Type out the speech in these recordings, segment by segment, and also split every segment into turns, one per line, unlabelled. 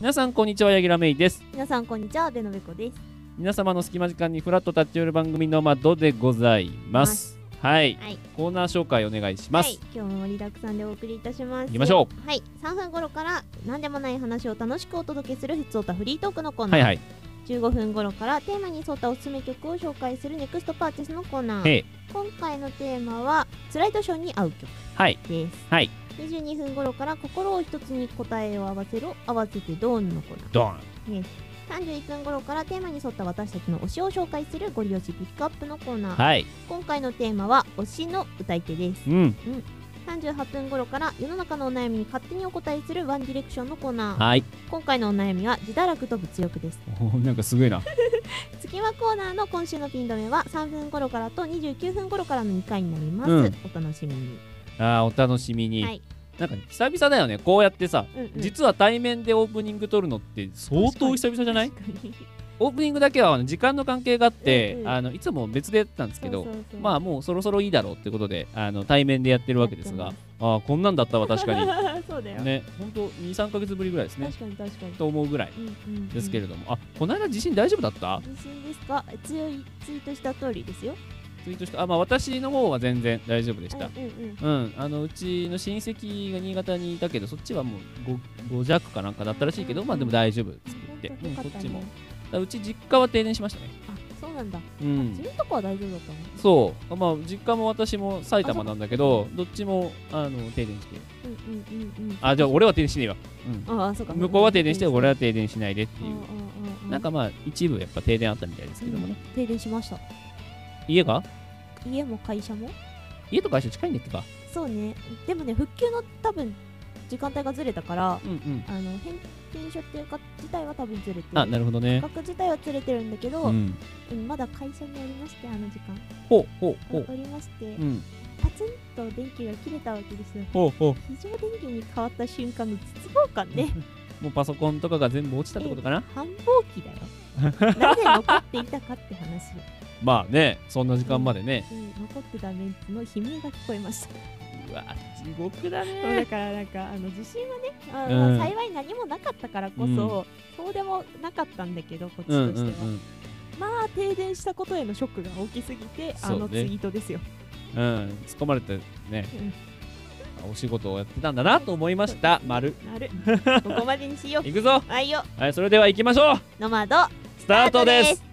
皆さんこんにちは柳楽芽衣です
皆さんこんにちはべのべこです
皆様の隙間時間にフラッと立ち寄る番組の窓でございますはい、
はい
コーナー紹介お願いします、
はい今日も盛りだくさんでお送りいたします
行きましょ
うはい3分頃から何でもない話を楽しくお届けするふつおたフリートークのコー
は
ナー、
いはい
15分頃からテーマに沿ったおすすめ曲を紹介するネクストパーティスのコーナー
へい
今回のテーマは辛いショーに合う曲
はい
です
はい
22分頃から心を一つに答えを合わせろ合わせてドーンのコーナー
ドン
31分頃からテーマに沿った私たちの推しを紹介するご利用しピックアップのコーナー、
はい
今回のテーマは推しの歌い手です
うん
38分頃から世の中のお悩みに勝手にお答えするワンディレクションのコーナー
はい
今回のお悩みは自堕落と物欲です
おーなんかすごいな
隙間コーナーの今週のピン止めは3分頃からと29分頃からの2回になります、
うん
お楽しみに、
あーお楽しみに、
はい
なんか久々だよねこうやってさ、
うんうん
実は対面でオープニング撮るのって相当久々じゃない
確かに
オープニングだけはあの時間の関係があって、
うんうん
あのいつも別でやってたんですけど
そうそうそう
まあもうそろそろいいだろうってことであの対面でやってるわけです
や
が
って
あーこんなんだったわ確か
そうだよ、
にね本当23か月ぶりぐらいですね
確かに確かに、
と思うぐらい
うんうんうん
ですけれども、あこの間地震大丈夫だった
自信ですか強いツイートした通りですよ
ツイートしたあまあ私の方は全然大丈夫でした、
うんうん
うん、あのうちの親戚が新潟にいたけどそっちはもう 5, 5弱かなんかだったらしいけど、まあでも大丈夫って言って、うん、こっちもだからうち実家は停電しましたね
あそうなんだ、
う
自
ん
分とこは大丈夫だったの
そうまあ実家も私も埼玉なんだけ
あ
ど
そ
どっちもあの停電して
うんうんうんうん
あじゃあ俺は停電しねえわ、うん
ああそうか
向こうは停電して俺
は
は
っ
停電しないでっていうなんかまあ一部やっぱ停電あったみたいですけどもね、
停電しました
家が
家も会社も
家と会社近いんだっけか
そうねでもね復旧の多分時間帯がずれたから
うんうん
あの返金書っていうか自体は多分ずれてる
あなるほどね
価格自体はずれてるんだけど、
う
うん
ん
まだ会社にありましてあの時間
ほうほうほう
おりまして、
うん
パツンと電気が切れたわけですよ
ほうほう
非常電源に変わった瞬間の絶望感ね
もうパソコンとかが全部落ちたってことかな
繁忙期だ よなぜ残っていたかって話よ、
まあね、そんな時間までね。
うん、残ってたメンツの悲鳴が聞こえました
うわ、地獄だ
だ。からなんかあの地震はねあ
うん
の、幸い何もなかったからこそ、
うん
そうでもなかったんだけどこっちとして
う
は、
んうんうん。
まあ停電したことへのショックが大きすぎて、あ
そ
の
う
ツイ
ね
ートですよ
うん、突っ込まれてね、お仕事をやってたんだなと思いました。丸。
なるここまでにしよう
いくぞ。
はいよ
はい、それでは行きましょう。
ノマド
スタートです。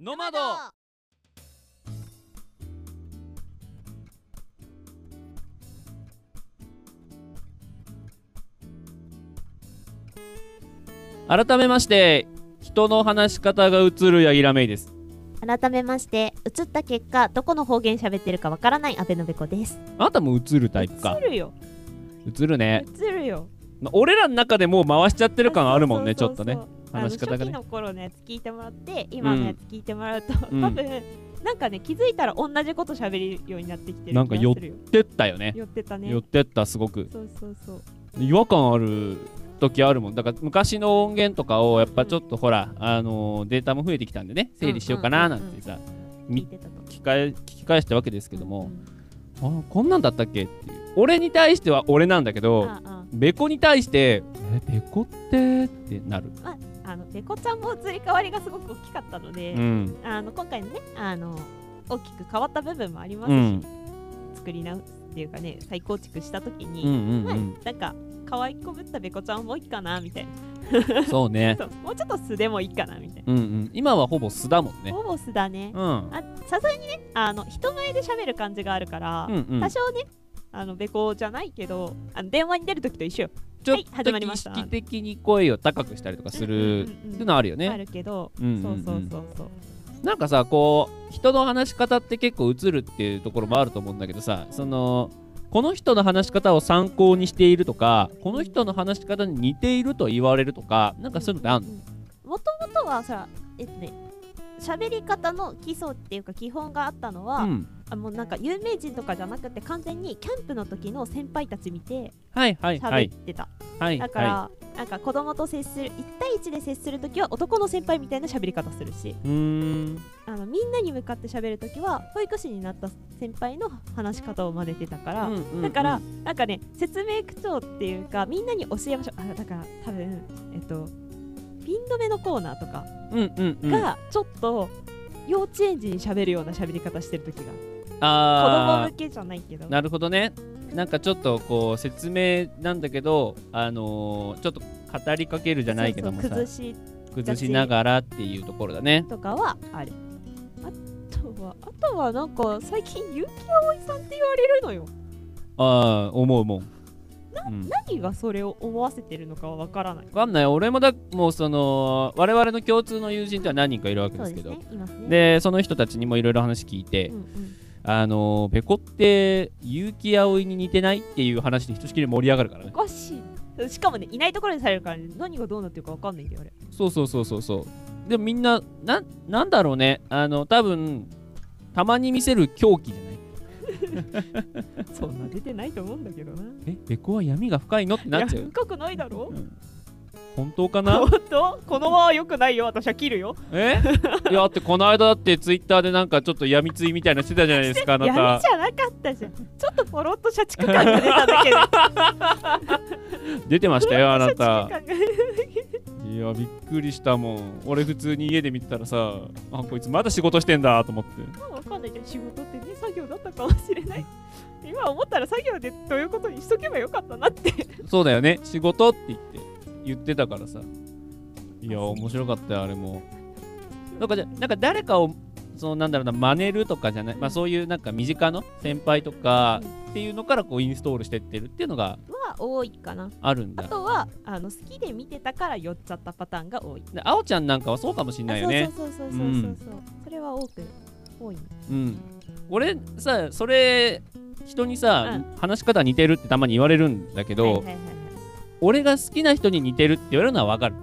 ノマド。改めまして、人の話し方が映る柳楽芽衣です。
改めまして映った結果どこの方言喋ってるかわからない阿部のべこです
あなたも映るタイプか
映。るよ
映るね。
映るよ
ま俺らの中でもう回しちゃってる感あるもんね、ち
そ
ょ
う
っ
そ
と
うそう
ね。話し方が
あの初期
ね。
の頃のやつ聞いてもらって今のやつ聞いてもらうと、
うん
多分なんかね気づいたら同じこと喋るようになってきてる
なんか
気がするよ
寄ってったよね。
寄ってたね
寄ってった、すごく。
そうそうそう
違和感ある時あるもんだから昔の音源とかをやっぱちょっとほら、あのーデータも増えてきたんでね整理しようかななんてさ、
聞い
み
てたと
聞き返聞き返したわけですけども
うん、うん
あこんなんだったっけっていう俺に対しては俺なんだけど
ああ
べこに対して「えべこって?」ってなる、
あのべこちゃんも移り変わりがすごく大きかったので、
うん
あの今回のねあの大きく変わった部分もあります
う
し、
ん、
作り直すっていうかね再構築した時
うんう
に、
んう
ま
ん
あなんか可愛いこぶったべこちゃんもいいかなみたいな
そうね
そうもうちょっと素でもいいかなみたい
うんうん今はほぼ素だもん
な
ね
ほぼ素だね
うんうん
あさすがにねあの人前で喋る感じがあるから、
うん
多少ねあのべこじゃないけどあの電話に出る時と一緒よ
ちょっ
はい
と
始まりま
意
した
識的に声を高くしたりとかする
うんうんうんう
っ
ん
ていうのはあるよね、
あるけど、
うんうんうん
そうそうそうそう
なんかさこう人の話し方って結構映るっていうところもあると思うんだけどさそのこの人の話し方を参考にしているとかこの人の話し方に似ていると言われるとかなんかそういうのってあんの
もともとはさえっとね喋り方の基礎っていうか基本があったのは、
うん
あもうなんか有名人とかじゃなくて完全にキャンプの時の先輩たち見て
はいはいは
喋
い
ってた、
はい
だから、
は
なんか子供と接する1対1で接するときは男の先輩みたいな喋り方するし
うーん
あのみんなに向かって喋るときは保育士になった先輩の話し方を真似てたから、
うんうんうん
だから、なんかね説明口調っていうかみんなに教えましょうあだから多分えっとピン止めのコーナーとか
うんうんうん
がちょっと幼稚園児に喋るような喋り方してる時が子供
あ
向けじゃないけど
ーなるほどねなんかちょっとこう説明なんだけどあのーちょっと語りかけるじゃないけども
そう
さ
そう崩し
崩しながらっていうところだね
とかはあるあとはあとはなんか最近結城葵さんって言われるのよ
ああ思うもんうん、
何がそれを思わせてるのかはわからない
わかんない俺もだもうその我々の共通の友人って何人かいるわけですけどで,、
いますね
その人たちにもいろいろ話聞いて、
うんうん
あのペコって結城葵に似てないっていう話でひとしきり盛り上がるからね
おかしいしかもねいないところでされるから、ね、何がどうなってるかわかんないんだよあれ
そうそうそうそうそうでもみんなななんだろうねあの多分たまに見せる狂気じゃない
そんな出てないと思うんだけどな
えペコは闇が深いのってなっちゃ
いや
う、
深くないだろ
うん本当かな
本当このまま良くないよ私は切るよ
えいやだってこの間だってツイッターでなんかちょっと闇ついみたいなのしてたじゃないですかあ
闇
な
じゃ
た
なかったじゃんちょっとポロッと社畜感が出ただ けで
出てましたよあな
社畜
た
感が
いやびっくりしたもん俺普通に家で見てたらさあこいつまだ仕事してんだと思って
わかんないじゃん仕事ってね作業だったかもしれ ない今思ったら作業でということにしとけばよかったなって
そうだよね仕事って言って言ってたからさいや面白かったよあれもなんかじゃなんか誰かをそのなんだろうな真似るとかじゃないまあそういうなんか身近の先輩と かっていうのからこうインストールしてってるっていうのが
は多いかな
あるん
あ
だ
とはあの好きで見てたから寄っちゃったパターンが多い
であおちゃんなんかはそうかもしんないよね
そうそうそうそうそうそう、それは多く多いね
うん俺さそれ人にさ、
うん
話し方似てるってたまに言われるんだけど、
はいはいはいはい
俺が好きな人に似てるって言われるのは分かる、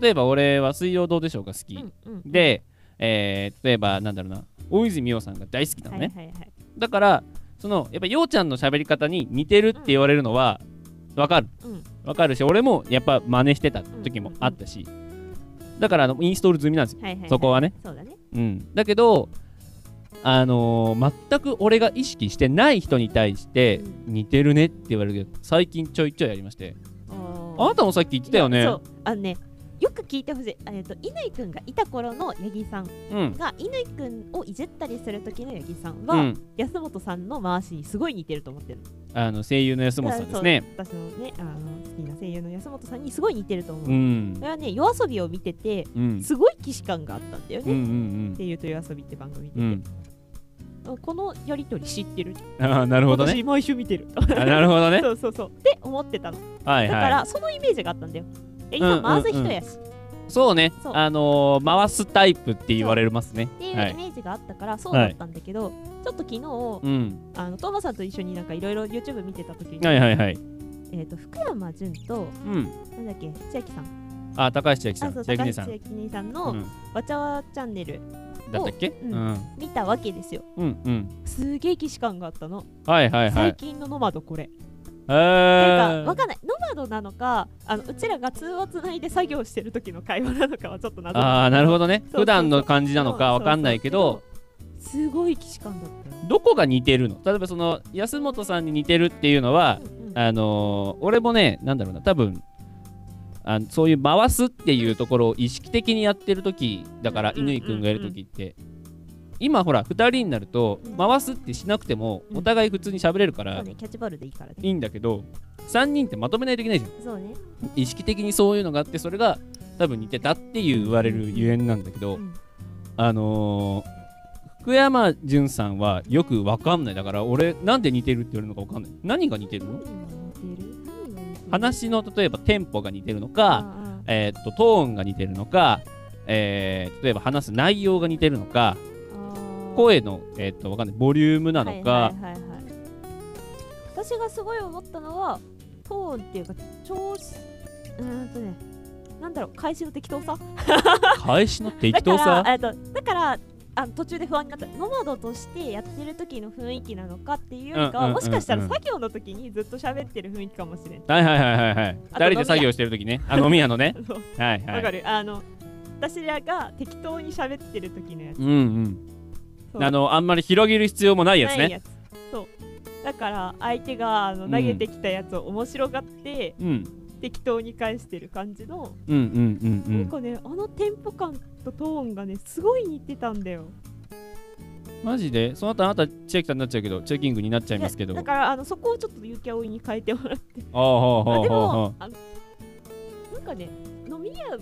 例えば俺は「水曜どうでしょう」が好き、
うんうん
で、えー例えばなんだろうな大泉洋さんが大好きな
は
の
い
ね、
はいはい
だからそのやっぱようちゃんの喋り方に似てるって言われるのは分かる
うん
分かるし俺もやっぱ真似してた時もあったしだからあのインストール済みなんですよ
はいはいはい
そこはね
そうだね
うん、だけど、あのー全く俺が意識してない人に対して
う
似てるねって言われるけど最近ちょいちょいやりましてあ
あ
なたもさっき言ってたよね
そうあのねよく聞いてほしいえっと乾くんがいた頃の八木さん
うん
が乾くんをいじったりする時の八木さんは、
うん
安本さんの回しにすごい似てると思ってる
あの声優の安本さんですね
私のねあの好きな声優の安本さんにすごい似てると思う、
う
こ
ん
れはね夜遊びを見てて
うん
すごい既視感があったんだよ
うんう
ね、
ん
声優と夜遊びって番組で
うんう、ん
このやりとり知ってる
ああなるほどね
私毎週見てる
あなるほどね
そうそうそうって思ってたの
はい
だから、
は
そのイメージがあったんだよ
う
八木
ん
さ
うんん
回す人やし、
いそうね
そう
あのー回すタイプって言われますね
っていうイ
は
メ
い
ージがあったからそうだったんだけど、ちょっと昨日
うん
あのトーマさんと一緒になんかいろいろ YouTube 見てた時に、
はいはいはい
えー、と福山潤と
うん
なんだっけ千秋さん
あ高橋千秋さ
あ
ん
そう
千秋
高
姉
橋
さん
千秋姉さん
う
の
ん
「わちゃわチャンネル
だったっけう
うんん
うん」
見たわけですよ
うん
すげえ既視感があったの、
はいはいはい
最近のノマドこれ
えー
なんかわかんないノマドなのかあのうちらが通話つないで作業してる時の会話なのかはちょっと謎
ああなるほどね
そうそうそう
普段の感じなのかわかんないけど
すごい既視感だったよ
どこが似てるの例えばその安本さんに似てるっていうのは
うんうん
あのー俺もねなんだろうな多分あそういう回すっていうところを意識的にやってる時だから
うんうんうんうん
乾くんがいる時って今ほら2人になると
うん
回すってしなくても
うん
お互い普通に喋れるか
そう
ら
ねキャッチボールでいいからね
いいんだけど3人ってまとめないといけないじゃん
そうね
意識的にそういうのがあってそれが多分似てたっていう言われるゆえんなんだけど、
うん
あのー、福山潤さんはよくわかんないだから俺なんで似てるって言われるのかわかんない何が似てる
何
の
が似てる何が似てる
話の例えばテンポが似てるの
あ
か、
あ
えーっとトーンが似てるのか、えー例えば話す内容が似てるのか
ああ
声の、えーっとわかんないボリュームなのか、
はいはいはいはい私がすごい思ったのはトーンっていうか調子うーんとねなんだろう返しの適当さ
返しの適
だか
当さ
らえっとだからあ途中で不安になったノマドとしてやってる時の雰囲気なのかっていうよ
うんうんう
りか
んう
は
ん
もしかしたら作業の時にずっと喋ってる雰囲気かもしれない。
はいはいはいはいはい
あと
二人で作業してる時ねあ飲み屋の ね
あの
はい
わ
は
か
い
る、あの私らが適当に喋ってる時のやつ
うんうん
そう
あのあんまり広げる必要もないやつ
な
ね
いやつそうだから相手があの
うん
投げてきたやつを面白がって
うん
適当に返してる感じの、
うんうんうんう
なん
ん
かねあのテンポ感とトーンがねすごい似てたんだよ
マジでその後あなた千秋さんになっちゃうけどチェキングになっちゃいますけど
だからあのそこをちょっとゆきあおいに変えてもらって
ああほう
あ
ほう
で
ほう
も
ほ
あのなんかね飲み屋は、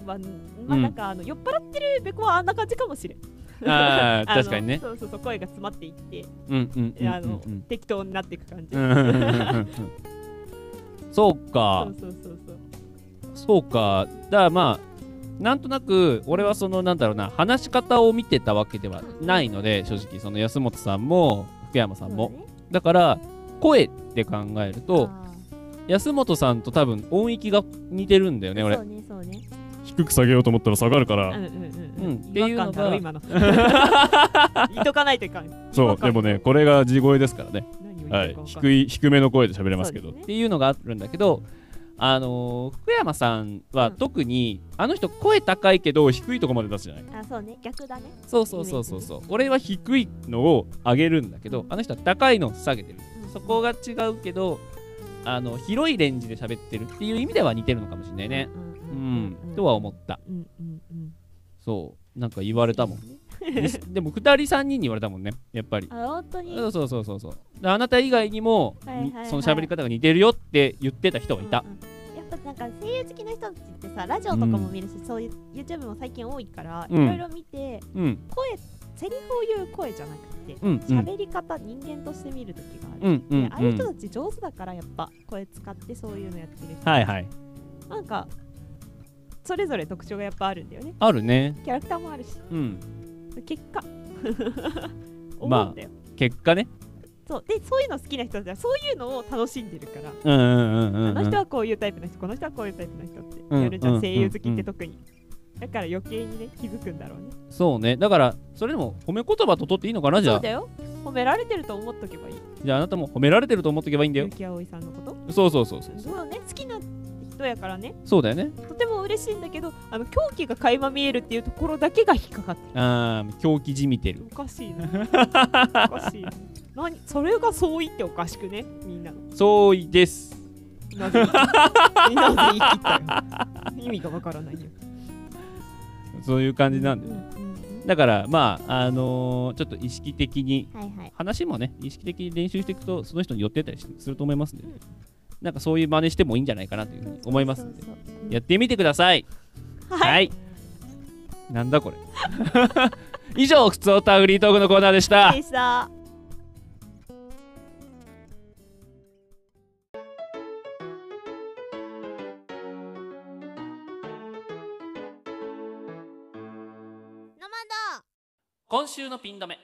まあ、なんかあの、酔っ払ってるべこはあんな感じかもしれん
うああ
あの
確かにね
そうそうそう声が詰まっていって
うんうんうん
あの
うんうん
適当になっていく感じ、
うんうんうんうんそうか
そうそうそうそう
そうかだからまあなんとなく俺はそのなんだろうな話し方を見てたわけではないので正直その安本さんも福山さんも
そうね
だから声って考えると
あ
安本さんと多分音域が似てるんだよ
ー
ね俺
そうねそうね
低く下げようと思ったら下がるか
う
ら
んうんうん
うんっていうのが
違和感だ ろ今の言っとかないといかん
そうでもねこれが地声ですからね、
何を
は
言っ
い
と、か
低い低めの声で喋れますけど
そうです
っ
ね
ていうのがあるんだけどあのー福山さんは
うん
特にあの人声高いけど低いとこまで出すじゃない
あそうね逆だね
そうそうそうそうそう俺は低いのを上げるんだけどあの人は高いのを下げてる
うん
そこが違うけどあの広いレンジで喋ってるっていう意味では似てるのかもしれないねうんとは思った
うんうんうん
そうなんか言われ たもんでも2人3人に言われたもんねやっぱり
あ本当に
そうそうそうそうそうであなた以外にも、
はいはいはい
にその喋り方が似てるよって言ってた人がいた、
うんうんやっぱなんか声優好きな人たちってさラジオとかも見るし、そういう YouTube も最近多いからい
うん
ろいろ見て
うん
声セリフを言う声じゃなくて
うんうん
喋り方人間として見る時がある、
うんうん
でああ
う
いうん人たち上手だからやっぱ声使ってそういうのやってる人
はいはい
なんかそれぞれ特徴がやっぱあるんだよね
あるね
キャラクターもあるし
うん
結 果
まあ
思うんだよ、
結果ね
そうでそういうの好きな人たちはそういうのを楽しんでるから、
うんうんうんうんうん
あの人はこういうタイプの人この人はこういうタイプの人って
ん
やるじゃん、
うん
声優好き
う
っ
んう
て
ん
特に、だから余計にね気づくんだろうね
そうねだからそれでも褒め言葉と取っていいのかなじゃ
そ
あ
うだよ褒められてると思っとけばいい
じゃああなたも褒められてると思っておけばいいんだよ
ゆきあおいさんのこと
そうそうそうそう
そうね好きな人やからね
そうだよね
とても嬉しいんだけどあの狂気が垣間見えるっていうところだけが引っかかってる
あー狂気じみてる
おかしいなおかしいな何それが相違っておかしくね みんな
そういです
なぜ言い切ったなぜ言い切ったよ意味がわからないよ
そういう感じなんだよね
うんうんうん
だからまああのーちょっと意識的に
はいはい
話もね意識的に練習していくとその人に寄ってったりすると思いますんで、なんかそういう真似してもいいんじゃないかなというふうに思いますんで
そうそうそう
やってみてくださいはい、なんだこれ 以上靴をタフリートークのコーナーでした
でした
今週のピン止め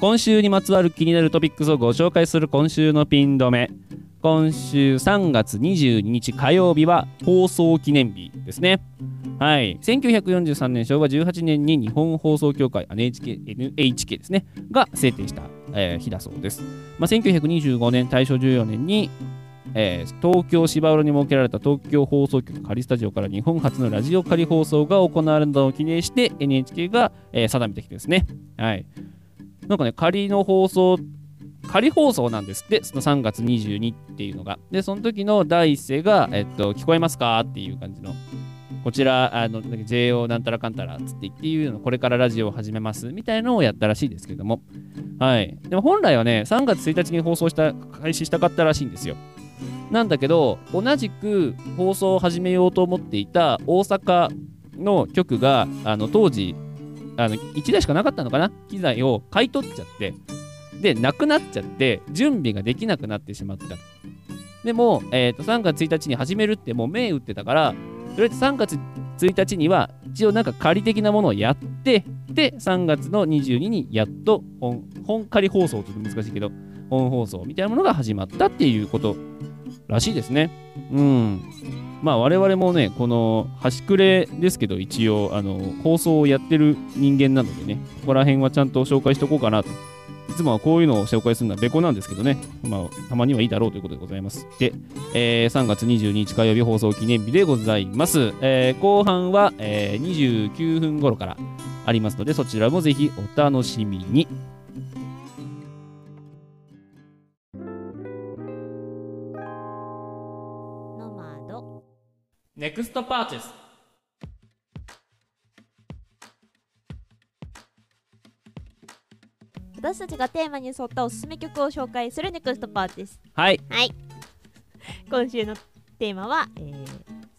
今週にまつわる気になるトピックスをご紹介する今週のピン止め今週3月22日火曜日は放送記念日ですねはい1943年昭和18年に日本放送協会 NHK, NHK ですねが制定した、えー日だそうです、まあ、1925年大正14年にえー東京芝浦に設けられた東京放送局仮スタジオから日本初のラジオ仮放送が行われたのを記念して NHK が、えー定めてきてですね。はい。なんかね、仮の放送、仮放送なんですって、その3月22っていうのが。で、その時の第一声が、えっと、聞こえますかっていう感じの。こちら、あの、なんか JO なんたらかんたらっつって言っていうの、これからラジオを始めますみたいのをやったらしいですけども。はい。でも本来はね、3月1日に放送した、開始したかったらしいんですよ。なんだけど同じく放送を始めようと思っていた大阪の局があの当時あの1台しかなかったのかな機材を買い取っちゃってでなくなっちゃって準備ができなくなってしまったでも、えーと3月1日に始めるってもう銘打ってたからとりあえず3月1日には一応なんか仮的なものをやってで3月の22にやっと本本仮放送ちょっと難しいけど本放送みたいなものが始まったっていうことらしいですね。うん。まあ我々もねこの端くれですけど一応あの放送をやってる人間なのでねここら辺はちゃんと紹介しとこうかなといつもはこういうのを紹介するのはべこなんですけどね、まあ、たまにはいいだろうということでございます。で、えー3月22日火曜日放送記念日でございます。えー後半は、えー29分頃からありますので、そちらもぜひお楽しみに。
ノマド。
ネクストパーチェス
私たちがテーマに沿ったおすすめ曲を紹介するネクストパーティス。
はい、
今週のテーマは、えー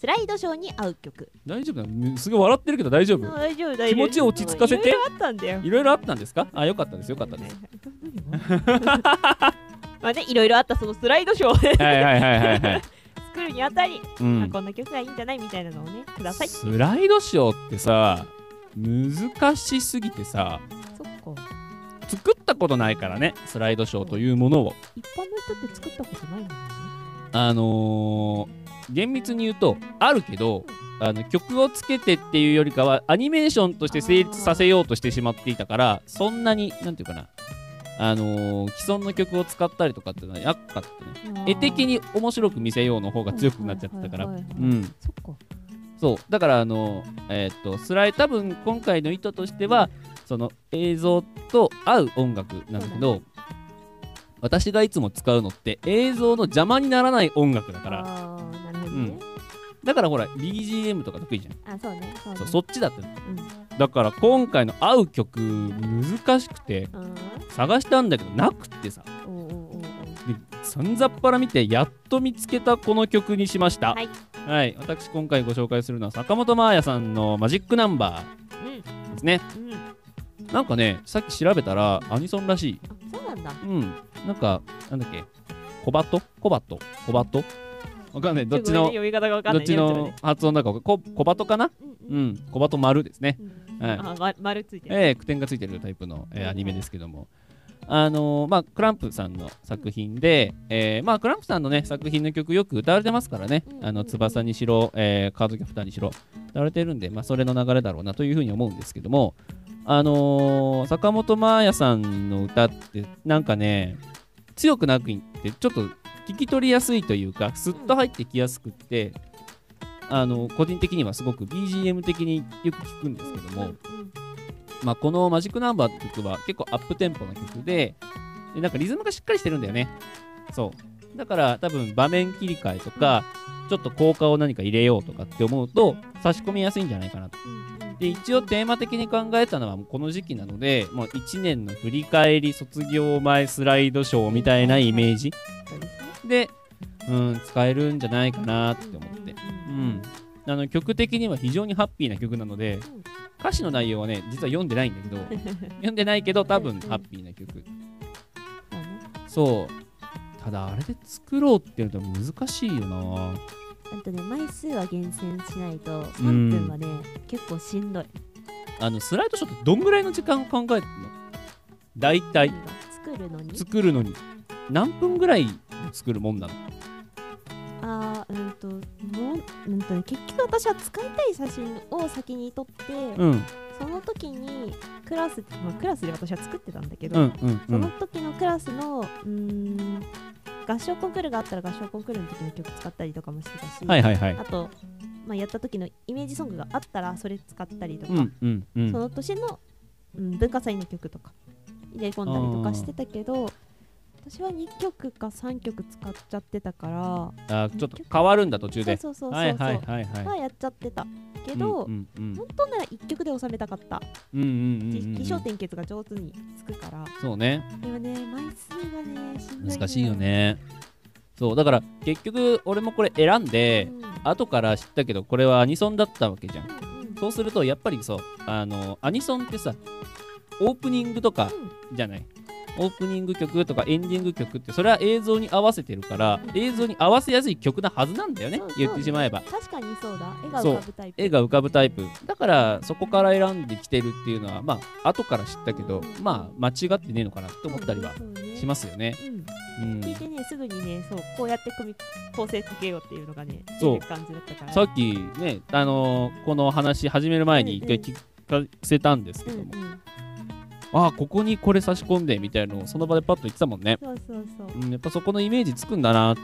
スライドショーに合う曲。
大丈夫だ。むすごい笑ってるけど大丈夫。
大丈夫大丈夫。
気持ちを落ち着かせて
いろいろあったんだよ。
いろいろあったんですかあ、よかったです。よかったです。
まあね、いろいろあったそのスライドショーをね
はいはいはいはいはい。
作るにあたり、
う
まあ
ん、
こんな曲がいいんじゃないみたいなのをね、ください。そ
スライドショーってさ、難しすぎてさ、
っか。
作ったことないからね、スライドショーというものを。
一般の人って作ったことないもんね。
あのー厳密に言うとあるけどあの曲をつけてっていうよりかはアニメーションとして成立させようとしてしまっていたからそんなになんていうかなあのー既存の曲を使ったりとかってのはやっかったね絵的に面白く見せようの方が強くなっちゃってたから
はいはいはいは
う
い
ん
そっか。
そうだからあのえーっとスライ多分今回の意図としてはその映像と合う音楽なんだけど私がいつも使うのって映像の邪魔にならない音楽だから
あーなるほどね。
だからほら BGM とか得意じゃん
あ、そうね。そうね
そうそっちだって
うん
だから今回の合う曲難しくて
あー
探したんだけどなくってさ
おうおうおうおう
でさんざっぱら見てやっと見つけたこの曲にしました
はい、
はい私今回ご紹介するのは坂本真綾さんの「マジックナンバー
う」
ですね
んうん。
なんかねさっき調べたらアニソンらしい
あ、そうなんだ。
うんなんかなんだっけコバトコバトコバトわかんないどっちの
すごいね読み方がわかん
ど
な
っ
い
ち
ね。
の発音だかわかココバトかな
うちのね。う
う
んうん
んコバト丸ですね
うん
はい
あ、ま丸ついてる。
えー、句点がついてるタイプの、えー
はい
アニメですけども、あのーまあ、クランプさんの作品で、えーまあ、クランプさんの、ね、作品の曲よく歌われてますからね
う、ん
あの翼にしろ、えーカードキャプターにしろ歌われてるんで、まあ、それの流れだろうなというふうに思うんですけども、あのー坂本真綾さんの歌ってなんかね強くなくってちょっと聞き取りやすいというかスッと入ってきやすくって。あの個人的にはすごく BGM 的によく聞くんですけども、
うんうん
まあ、このマジックナンバーって曲は結構アップテンポな曲で、でなんかリズムがしっかりしてるんだよね。そう。だから多分場面切り替えとか、ちょっと効果を何か入れようとかって思うと差し込みやすいんじゃないかなと。
うん
で、一応テーマ的に考えたのはもうこの時期なので、もう1年の振り返り、卒業前スライドショーみたいなイメージ
そうですね
で、うん、使えるんじゃないかなって思って。う
うん
ん、あの曲的には非常にハッピーな曲なので、
ん
歌詞の内容はね実は読んでないんだけ ど読んでないけど多分ハッピーな曲
そうね
そうただあれで作ろうっていうのは難しいよな
あとね、枚数は厳選しないと、3分はね、結構しんどい。
あのスライドショーってどんぐらいの時間を考えてるの大体
何が作るのに。
作るのに何分ぐらい作るもんなの
あー、うんと、もう、うんとね、結局私は使いたい写真を先に撮って、
うん
その時にクラス、まあ、クラスで私は作ってたんだけど、
うんうんう
その
ん
時のクラスの、うーん、合唱コンクールがあったら合唱コンクールの時の曲使ったりとかもしてたし、
はいはいはい
あと、まあ、やった時のイメージソングがあったらそれ使ったりとか、
うんうんう
そ
ん
の年の、うん、文化祭の曲とか入れ込んだりとかしてたけど私は2曲か3曲使っちゃってたから
あちょっと変わるんだ途中で
そうそうそうそうそう、
はいはいはい
ま
は
あ
い
やっちゃってたけ
け
ど、
うんうん
本当なら1曲で収めたかった、
うんうんうんうんうん
起承転結が上手につくから
そうね
でもね枚数がねしんどい
難しいよ、ねそうだから結局俺もこれ選んで
うん
後から知ったけどこれはアニソンだったわけじゃん
うん
そうするとやっぱりそうあのアニソンってさオープニングとかじゃないオープニング曲とかエンディング曲ってそれは映像に合わせてるから映像に合わせやすい曲なはずなんだよね
そうそう
言ってしまえば
確かにそうだ絵が浮かぶタイプ
絵が浮かぶタイプだからそこから選んできてるっていうのはまあ後から知ったけどまあ間違ってねえのかなって思ったりは
そうね
きますよね。
うん、
うん、
聞いてねすぐにねそうこうやって組み構成かけようっていうのがね
そう
出る感じだったから
さっきね、あのーこの話始める前に一回
うん
聞かせたんですけ
うん
ども、
うん、
ああここにこれ差し込んでみたいなのをその場でパッと言ってたもんね、
そうそうそう
うん、やっぱそこのイメージつくんだな
うんあ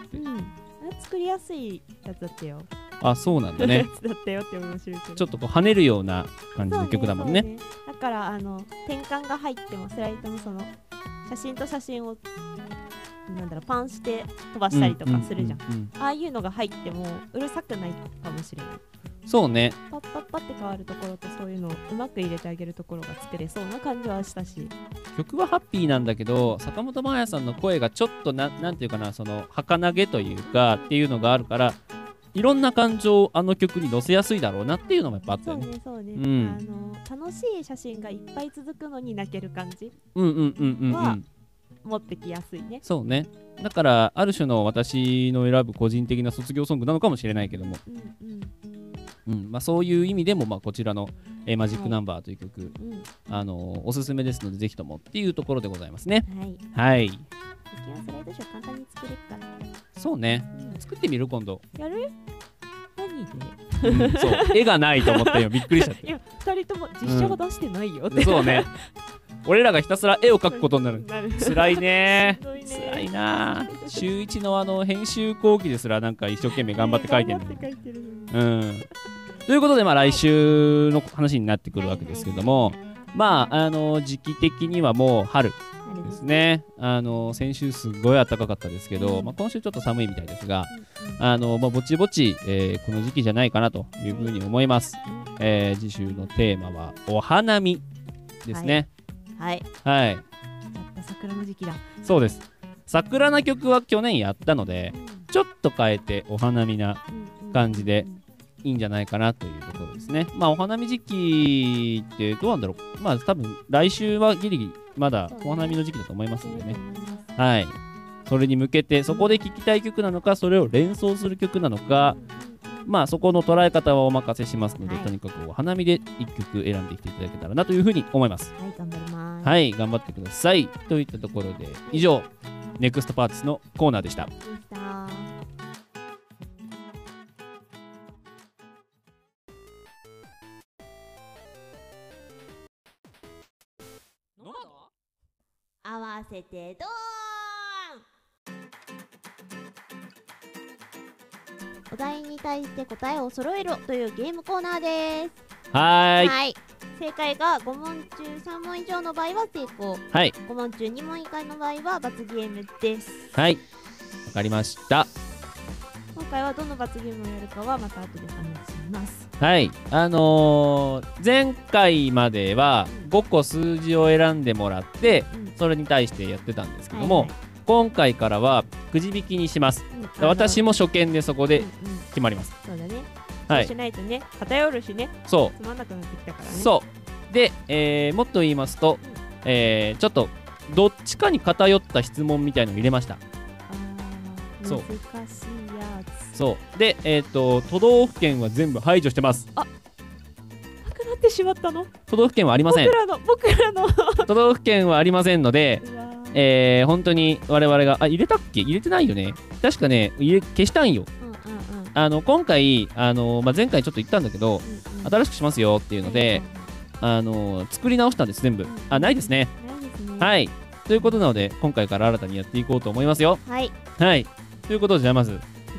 れ作りやすいやつだったよ、
あそうなんだ
や
ね
つだったよって面白いけど
ちょっとこう跳ねるような感じ
そう
の曲だもんね
そうだからあの転換が入ってもスライドのその写真と写真をなんだろうパンして飛ばしたりとかするじゃん,、
うんうんうん
ああいうのが入ってもうるさくないかもしれない
うんそうね
パッパッパって変わるところとそういうのをうまく入れてあげるところが作れそうな感じはしたし
曲はハッピーなんだけど坂本真綾さんの声がちょっとななんていうかなその儚げというかっていうのがあるからいろんな感情をあの曲に乗せやすいだろうなっていうのもやっぱあった
そう
よね
ねそうね、
うん
あの楽しい写真がいっぱい続くのに泣ける感じ
うんうんうんうんう
は
ん
持ってきやすいね、
そうねだからある種の私の選ぶ個人的な卒業ソングなのかもしれないけども、
うんう
うんまあ、そういう意味でも、まあ、こちらの、えーマジックナンバー」という曲、
んうん
あのーおすすめですのでぜひともっていうところでございますね
はい一
はい
見はスライドショー簡単に作れるから、
そうね
うん
作ってみる今度、
やる何で
うんそう絵がないと思ったよびっくりしちゃっ
いや2人とも実写は出してないよって、
てそうね俺らがひたすら絵を描くことになる
なる
辛いね
しんどいね
辛いな週一のあの編集後期ですらなんか一生懸命頑張って描いてるのに
頑張って書いてるのに
うん、ということで、まあ、来週の話になってくるわけですけども、まあ、あの時期的にはもう春
あれ
で
ですす
ねあの先週すごい暖かかったですけど、
うん
まあ、今週ちょっと寒いみたいですが
うんうん
あの、まあ、ぼちぼち、えーこの時期じゃないかなというふうに思います、えー次週のテーマは「お花見」ですね
はい
はい、
来ちゃった桜の時期だ、
そうです桜な曲は去年やったので
うん
ちょっと変えてお花見な
うんうん
感じでいいんじゃないかなというところですね。まあ、お花見時期ってどうなんだろう。まあ、多分来週はギリギリまだ
そうね
お花見の時期だと思います
そ
ん
う
で
だ
ね
と。思います
はい。それに向けて、そこで聴きたい曲なのか、それを連想する曲なのか、まあ、そこの捉え方はお任せしますので、
はい
とにかくお花見で1曲選んできていただけたらなというふうに思います。
はい頑張ります
はい、頑張ってください。といったところで、以上、ネクストパーティスのコーナーでした。
でした合わせてドーンお題に対して答えを揃えろというゲームコーナーです
はーい。
正解が5問中3問以上の場合は成功
はい。
5問中2問以下の場合は罰ゲームです
はい。わかりました。
今回はどの罰ゲームをやるかはまた後でお話しします
はい、あのー前回までは
うん
5個数字を選んでもらって
うん
それに対してやってたんですけども、
はいは
今回からはくじ引きにします
いうん
私
も
も初見でそこ
う
で
んうん
決まります
そうだね
は
はいいしないとね偏るしね
そ
つまんなくなってきたか
う
らね
そうで、えーもっと言いますと、えーちょっとどっちかに偏った質問みたいのを入れました
あー
そう
難しいやつ
そうでえっ、と都道府県は全部排除してます
なくなってしまったの
都道府県はありません
僕らの僕らのうわ
都道府県はありませんので
ー
えー、本当に我々が、あ、入れたっけ入れてないよね。確かね、入れ消したんよ。
うんうんうん
あの、今回、あの、まあ、前回ちょっと言ったんだけど、
うんうん
新しくしますよっていうので、あの、作り直したんです、全部
うん。
あ、ないですね。
ないですね
はい。ということなので、今回から新たにやっていこうと思いますよ。
はい
はい。ということで、じゃあまず、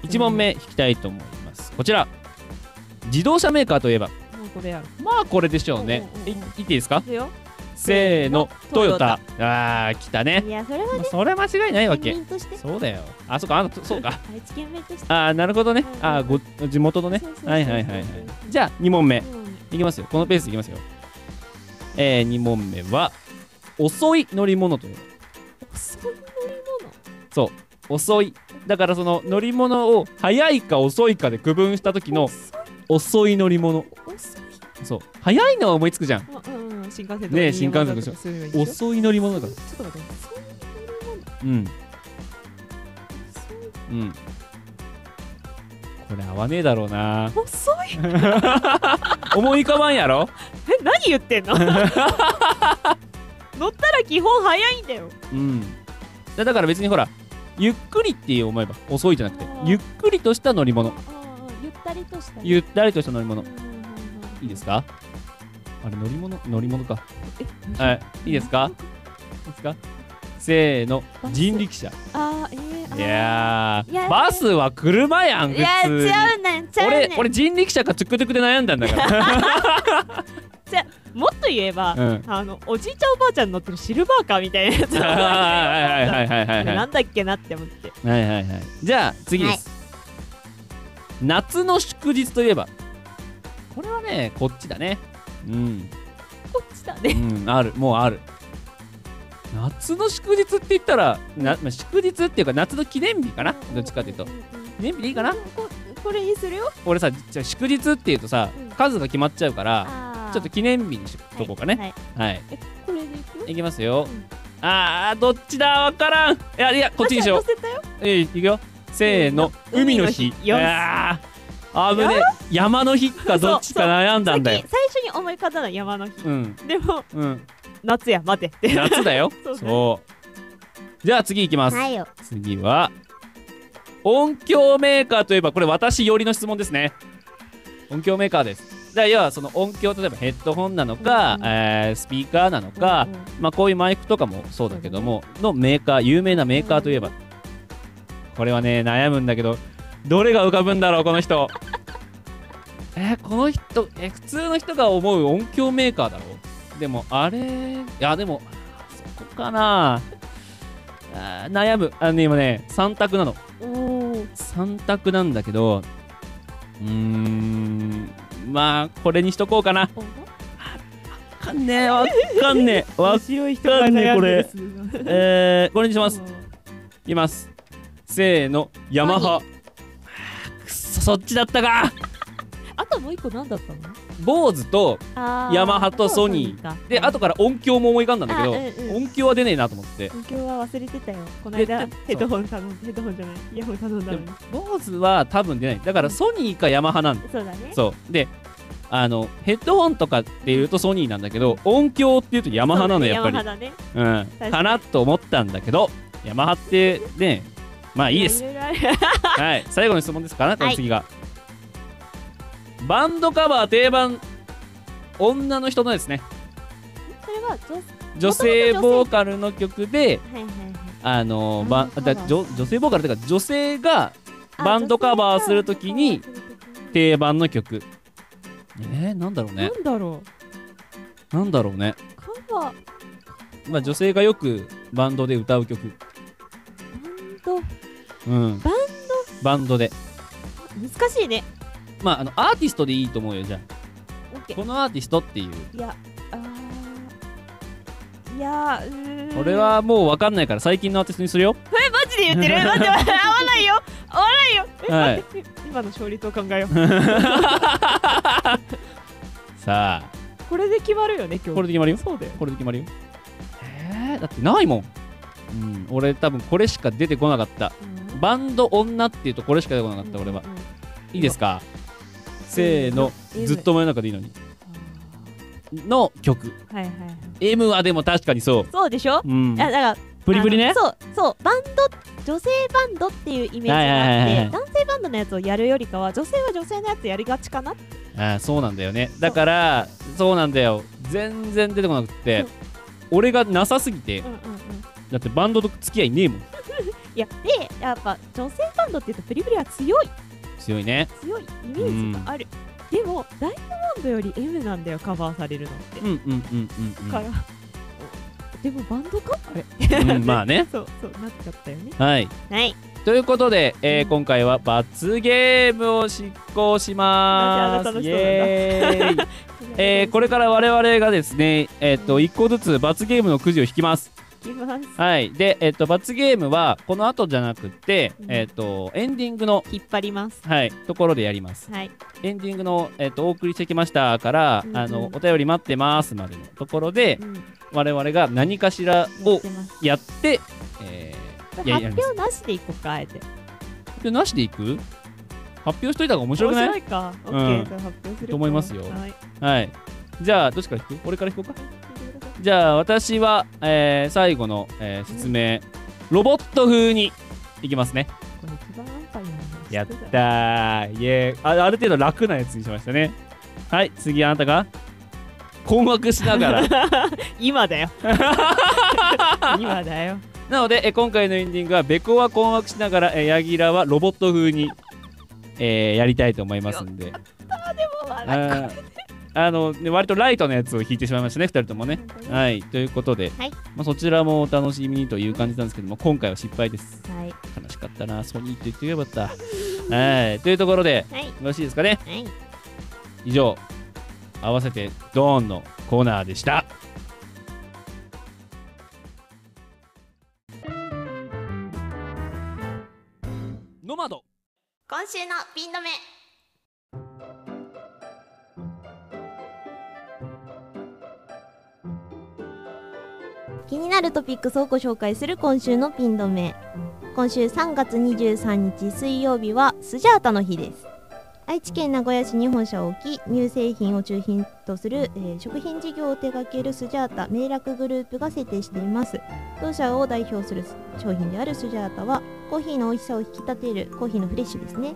1問目引きたいと思います。こちら。自動車メーカーといえば、
もうこれやる
まあこれでしょうね。
うんうん
いい
うん
っていいですか
いくよ
せーの、ト
ト
ヨ
ヨ
タ
タ。
あー、来たね。
いやそれは
まあそれは間違いないわけ
県。民として
そうだよ。あ、そうか、あの、とそうか。
愛知県民として
ああ、なるほどね。ああ、ご、地元のね
そうそう。そう
はいはいはいはい。じゃあ、2問目。
うん
いきますよ。このペースでいきますよ。えー、2問目は、遅い乗り物という。
そんな乗り物
遅い。だから、その乗り物を早いか遅いかで区分した時の、遅い乗り物。
遅い
そう。早いのは思いつくじゃん。
遅いうんうん新幹線とか
ねえ
新
新幹
幹
線
線
とか
とかすればいいでしょ
遅い乗り物だか
ちょっと待ってそういう乗り物
ら。うん。
遅い。
うん。これ合わねえだろうな
遅い
思い浮かばんやろ
え何言ってんの乗ったら基本早いんだよ
うん。だだから別にほらゆっくりって思えば遅いじゃなくてゆっくりとした乗り物
あーゆったりとしたね、
ゆったりとした乗り
うん
物
うんうん
いいですかあれ乗り物乗り物か
え
はいいいですかいいですかせーの
バス
人力車
あーえーあー
いや
いや
ーバスは車やん普
いや
通に
違うねん違うねん
俺俺人力車かトゥクトゥクで悩んだんだ から
もっと言えば、
うん
あのおじいちゃんおばあちゃん乗ってるシルバーカーみたいなやつ
はいはいはいはいはいは
ないんだっけなって思って
はいはいはいじゃあ次です、夏の祝日といえばこれはねこっちだねうん、
こっちだ
う
ね
ん、あるもうある夏の祝日って言ったらな、まあ、祝日っていうか夏の記念日かなどっちかっていうと
んんん
記念日でいい
い
かな
ここれにするよ
俺さじゃあ祝日っていうとさ
うん
数が決まっちゃうから
あー
ちょっと記念日にしとこうかね
はいは
は
い
い、
えこれでいくよ
い、きますよ、
うん
あーどっちだわからんいやいやこっちにしよう
あじゃあ乗せたよ
えいくよせーの海
海
の
の
日
日
いやあぶねえ山の日かどっちか悩んだんだよ
先最初に思い浮かんだのは山の日、
うん
でも
うん
夏や待てって
夏だよ
そうだね
そうじゃあ次いきます、
いよ
次は音響メーカーといえばこれ私寄りの質問ですね音響メーカーですだから要はその音響例えばヘッドホンなのか、
うん
えースピーカーなのか、
うんうん
まあこういうマイクとかもそうだけども、のメーカー有名なメーカーといえば、これはね悩むんだけどどれが浮かぶんだろうこの人 えーこの人えー普通の人が思う音響メーカーだろうでもあれいやでもそこかなあー悩むあのね今ね3択なの
おー
3択なんだけどうーんまあこれにしとこうかなわ
お
かんねえわかんねえわ
面白い人
が
が
悩んで
悩ん
る
で
っ
す
えー、これにします
うん
いきますせーのヤマハあーくそそっちだったか
あともう一個何だったの
坊主と
あー
ヤマハとソニー
あとはソ
で
か
後から音響も思い浮かんだんだけど、
あうんうん
音響は出ねえなと思って
今日は忘れてたよこの間
で
ヘッドホン頼んヘッドホンじゃないイヤホン頼んだのに
で坊主は多分出ないだからソニーかヤマハなんだ
そうだね
そうであのヘッドホンとかっていうとソニーなんだけど音響っていうとヤマハなのやっぱり
そうだねヤマハだね
うん
かに
かなと思ったんだけどヤマハってねまあいいです
やろろある
はい最後の質問ですかな、
はい
次がバンドカバー定番女の人のですね
それは女はい
女性ボーカルの曲で
はいはい
あのば
バンドカ
だ
バー
女女性ボーカルというか女性が
あ
バンドカバーするときに
女性がバンド
定番の
カバーするときに
曲えー、なんだろうね
なんだろ
なんだろうね
うカバーバン
まあ女性がよくバンドで歌う曲
ド
うん
バン
バンドで
難しいね
まああのアーティストでいいと思うよじゃ
オッケ
あ
ー
このアーティストっていう
いやあーいやうーん
俺はもう分かんないから最近のアーティストにするよ
えマジで言 ってる待って待って合わないよ合わないよえ
はい
待って 今の勝率を考 えよう
さあ
これで決まるよね今日
これで決まるよ
そうだよ
これで決まるよえー、だってないもん、うん、俺多分これしか出てこなかったバンド女っていうとこれしか出てこなかった俺は
うんうんうん
いいですかせーの
M
ずっと真夜中でいいのにの曲
あーはいはいはい
M はでも確かにそ
そうでしょ
ううん
いやだから
プリプリね
あのそうそうバンド女性バンドっていうイメージが
はい
あっ
はいはいは
て
い
男性バンドのやつをやるよりかは女性は女性のやつやりがちかな
ああそうなんだよねだからそうなんだよ全然出てこなくって俺がなさすぎて
うんうんうん
だってバンドと付き合いねえもん
いやでやっぱ女性バンドっていうとプリプリは強い
強いね
強いイメージがある、でもダイヤモンドより M なんだよカバーされるのって、
うんうんうんうん
からおでもバンドかあれ
うん、うん、まあね
そうそうなっちゃったよね
はい
はい
ということで、えー
うん
今回は罰ゲームを執行しま
なん
す。
で
イ
あな
エーイえーこれから我々がですね、えっと1個ずつ罰ゲームのくじを引きます。
いきます
はい、で、えっと罰ゲームはこの後じゃなくて、
うん
えっとエンディングの、
引っ張ります
はい、ところでやります。
はい
エンディングの、えっとお送りしてきましたから、
うんうん
あのお便り待ってますまでのところで、
うん
我々が何かしら
やっ
を
てます
やって、えー、いや
発
やります
表なしでいこうかあえて
でなしでいく発表しといた方が面白くない
かオ
ん
ッケーじゃあ発表するか
と思いますよ
はい
はい。じゃあ、どっちから引く俺から引こうか。じゃあ、私は、えー最後の、えー説明ロボット風にいきますね
これ一番安牌なの
やったーイエーイあある程度楽なやつにしましたねはい次あなたが困惑しながら
今 だよ今だよ
なのでえ今回のエンディングはベコは困惑しながらえヤギラはロボット風に、えーやりたいと思いますんであーあの、ね、割とライトなやつを弾いてしまいましたね2人ともねはいということで、
はい
まあ、そちらもお楽しみにという感じなんですけども今回は失敗です
はい
悲しかったなソニーって言ってよか ったはいというところで
はい
よろしいですかね
はい
以上合わせてドーンのコーナーでしたノマド
今週のピン止め気になるトピックスをご紹介する今週のピン止め今週3月23日水曜日はスジャータの日です愛知県名古屋市に本社を置き乳製品を中心とする、えー食品事業を手掛けるスジャータ明楽グループが制定しています同社を代表する商品であるスジャータはコーヒーの美味しさを引き立てるコーヒーのフレッシュですね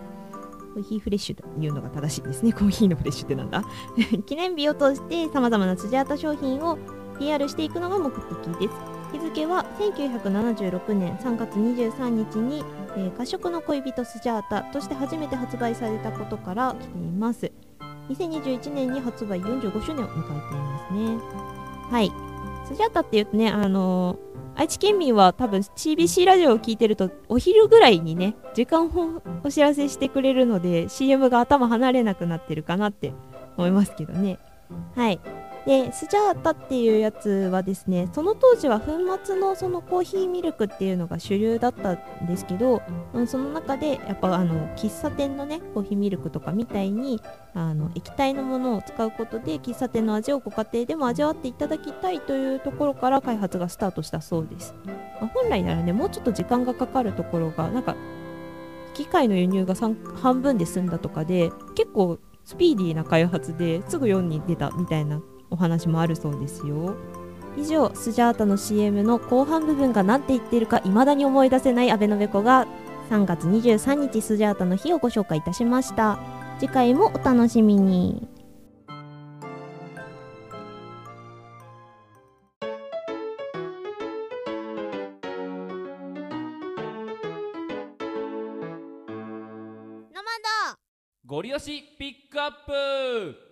コーヒーフレッシュというのが正しいですねコーヒーのフレッシュってなんだ 記念日を通してさまざまなスジャータ商品を PR していくのが目的です日付は1976年3月23日に、えー、褐色の恋人スジャータとして初めて発売されたことから来ています2021年に発売45周年を迎えていますねはいスジャータっていうとねあのー愛知県民は多分 CBC ラジオを聞いてるとお昼ぐらいにね時間をお知らせしてくれるので CM が頭離れなくなってるかなって思いますけどねはいでスジャータっていうやつはですねその当時は粉末のそのコーヒーミルクっていうのが主流だったんですけど、うん、その中でやっぱあの喫茶店のねコーヒーミルクとかみたいにあの液体のものを使うことで喫茶店の味をご家庭でも味わっていただきたいというところから開発がスタートしたそうです、まあ本来ならねもうちょっと時間がかかるところがなんか機械の輸入が三半分で済んだとかで結構スピーディーな開発ですぐ世に出たみたいなお話もあるそうですよ以上スジャータの CM の後半部分が何て言っているか未だに思い出せない阿部のべこが3月23日スジャータの日をご紹介いたしました次回もお楽しみに
ゴリ押しピックアップ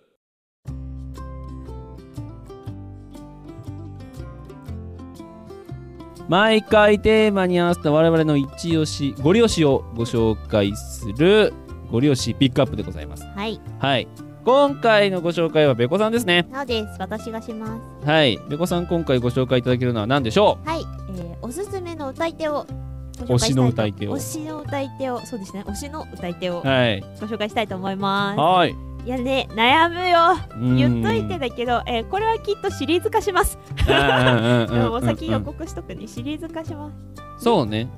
毎回テーマに合わせた我々の一押しゴリ押しをご紹介するゴリ押しピックアップでございます
はい
はい今回のご紹介はべこさんですね
なおです私がします
はいべこさん今回ご紹介いただけるのは何でしょ
はい、えー、おすすめの歌い手を
推しの歌い手を
推しの歌い手をそうですね推しの歌い手を
うはい
ご紹介したいと思いま
はい
すいやね悩むよ言っといて
ね
だけど、えーこれはきっとシリーズ化しますも
お
う先予告しとくねシリーズ化します
そうね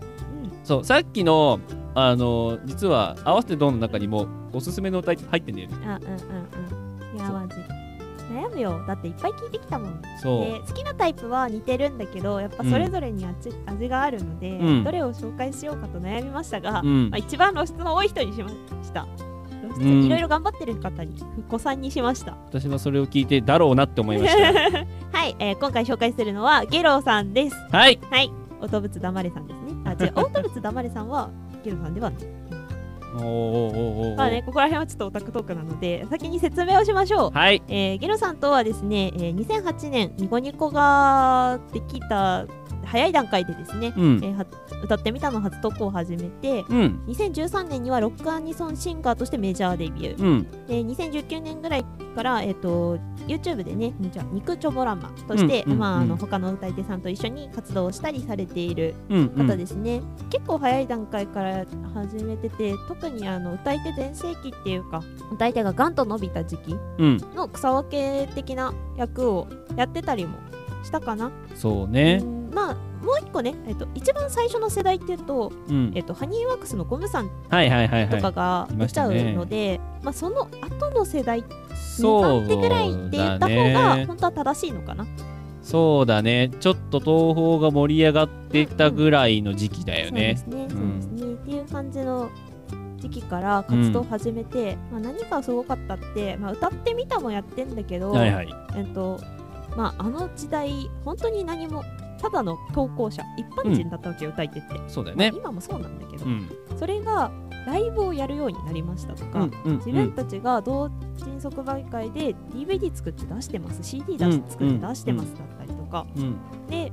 うん
そうさっきのあの実は合わせてどんの中にもおすすめの歌い入ってんだよね
あうんうんうんいやマジ悩むよだっていっぱい聞いてきたもん
そ
で好きなタイプは似てるんだけどやっぱそれぞれに味,、味があるので、
ん
どれを紹介しようかと悩みましたが、
う、うん
まあ、一番露出の多い人にしました露出
うん
いろいろ頑張ってる方にふっこさんにしました
私はそれを聞いてだろうなって思いま した
はい、えー今回紹介するのはゲロさんです
はい
はいおとぶつだまれさんですねあ違う おとぶつだまれさんはゲロさんではない
おーおーおーおー
まあねここら辺はちょっとオタクトークなので先に説明をしましょう
はい
えーゲロさんとはですね、えー2008年ニコニコができた早い段階でですね、
う
え
ん
ーは歌ってみたの初投稿を始めて
うん
2013年にはロックアニソンシンガーとしてメジャーデビュー
うん
で2019年ぐらいから、えー、と YouTube でねじゃあ肉チョモランマとして、
うんうん
まあ、
うん
あの他の歌い手さんと一緒に活動をしたりされている
うんうん
方ですね、結構早い段階から始めてて特にあの歌い手全盛期っていうか歌い手がガンと伸びた時期
うん
の草分け的な役をやってたりもしたかな、
そうね
うんまあもう一個ね、えっと、一番最初の世代っていうと、
うん
えっと、ハニーワークスのゴムさん
はいはいはい
と
は
か
い
が
いま
出
し
ちゃ
た
う
ね
ので、まあ、その後の世代2
そ
番
う
手ぐらいって言った
だ
方が
ね
本当は正しいのかな、
そうだねちょっと東宝が盛り上がってたぐらいの時期だよね
そうですね、
うん
そうですねっていう感じの時期から活動を始めて、まあ、何がすごかったって、まあ、歌ってみたもやってんだけど、
はいはい
えっとまあ、あの時代本当に何もただの投稿者一般人だったわけよ、歌い手って、
そうだよね
今もそうなんだけど、
うん
それがライブをやるようになりましたとか、
うん
自分たちが同人即売会で DVD 作って出してます CD 出し
うん
作って出してますだったりとか、
うん
で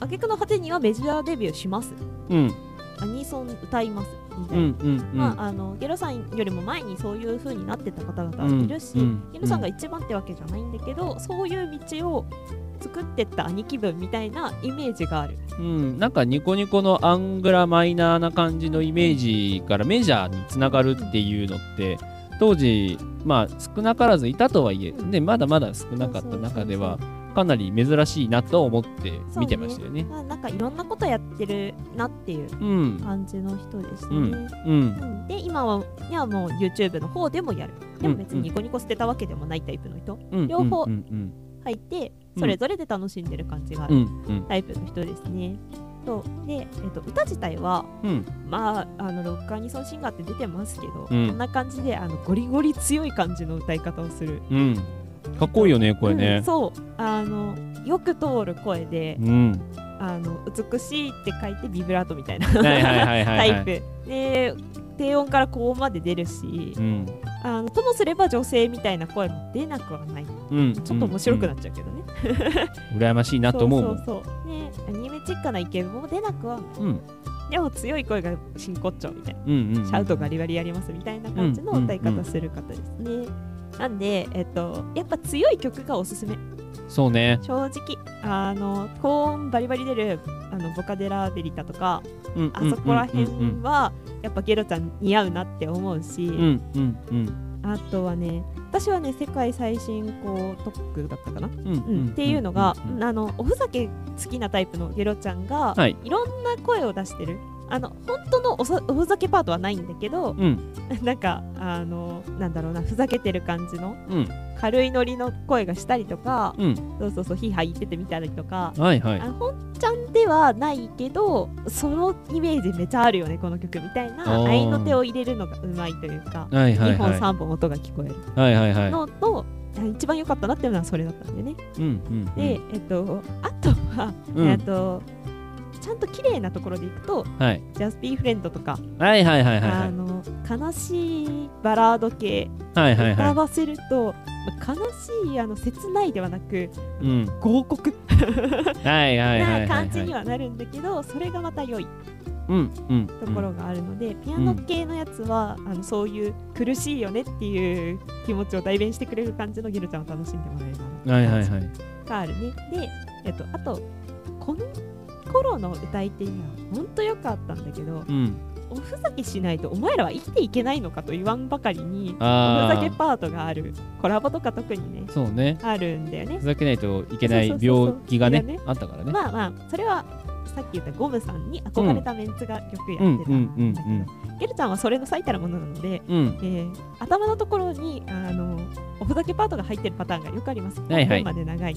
挙句の果てにはメジャーデビューします
うん
アニソン歌いますみた
う
いな、
んうんうん
まあ、あのゲロさんよりも前にそういう風になってた方
う
々
ん
いるし、
うん
ゲロさんが一番ってわけじゃないんだけど、そういう道を作ってった兄貴分みたいなイメージがある
うん、なんかニコニコのアングラマイナーな感じのイメージからメジャーにつながるっていうのって当時まあ少なからずいたとはいえ、ね、まだまだ少なかった中ではかなり珍しいなと思って見てましたよね。
まあなんかいろんなことやってるなっていう
うん、
感じの人でしたね。
うんうん、
うんで今はにはもう YouTube の方でもやるでも別
うんう
に
ん
ニコニコ捨てたわけでもないタイプの人
うん、
両方
うん、うん、
入って
うん
それぞれで楽しんでる感じがあ
う
る
ん、うん、
タイプの人ですね。とで、えっと歌自体は
うん、
まああのロックアニソンシンガーって出てますけど、
うん
こんな感じであのゴリゴリ強い感じの歌い方をする。
うん、かっこいいよね、これ
うん
ね。
そうあのよく通る声で
うん、
あの美しいって書いてビブラートみたいな
はいはいはいはい、
タ
はい。
イプ。で低音から高音まで出るし
う、ん、
あのともすれば女性みたいな声も出なくはないちょ
うん、
っと面白くな
っ
っちゃうけどね、
うん、羨ましいなと思うもん。
そうそうそうねアニメチックな意見も出なくはない
うん、
でも強い声が真骨頂みたいな、
うん、うん、
シャウトガリガリやりますみたいな感じの
うん
歌い方する方ですね、なんで、えっと、やっぱ強い曲がおすすめ
そうね。
正直あの高音バリバリ出るあのボカデラベリタとか
うん
あそこら辺
うんうん
はやっぱゲロちゃん似合うなって思うし、
うんうんうん
あとはね私はね世界最新こう特区だったかな、
うんうん
うんっていうのが、
うん
あのおふざけ好きなタイプのゲロちゃんが、、
はいい
ろんな声を出してるあの本当のおそおふざけパートはないんだけど
うん
なんかあのなんだろうなふざけてる感じの
うん
軽いノリの声がしたりとか
うん
そうそうそうヒーハー言っててみたりとか、
はいはい
あの本ちゃんではないけどそのイメージめちゃあるよねこの曲みたいな
おー
合いの手を入れるのがうまいというか、
はい
二
はい
本
はい
3本音が聞こえる。
はいはいはい
のと、一番良かったなっていうのはそれだったんだよね。
うんうんうん
で、えっと、あとは、
うん
えっと、ちゃんと綺麗なところでいくと、
はい
ジャスピーフレンドとか、
はいはいはいはい
あの悲しいバラード系、
はいはい
歌
は
わせると、まあ悲しいあの切ないではなく
いうん
豪国
はいはいはいはいは
ない感じにはなるんだけど、それがまた良い
うんうん
ところがあるので、ピアノ系のやつはあのそういう苦しいよねっていう気持ちを代弁してくれる感じのゲルちゃんを楽しんでもらえるか
うん
な
はいはいはい
があるね。で、えっと、あとこの頃の歌い手には本当よくあったんだけど
うん
おふざけしないとお前らは生きていけないのかと言わんばかりにお
あ
ふ
ー
ざけパートがあるコラボとか特にね
そうね
あるんだよね
ふ。ざけないといけない
そうそうそうそう
病気が
病気
ね
が
あったからね
まあまあそれはさっき言ったゴムさんに憧れたメンツがよくやってた
うんうん
んだ
うん
けどゲルちゃんはそれの最たるものなので、
うん
えー頭のところにあのおふざけパートが入ってるパターンがよくあります。
はいはい
本まで長い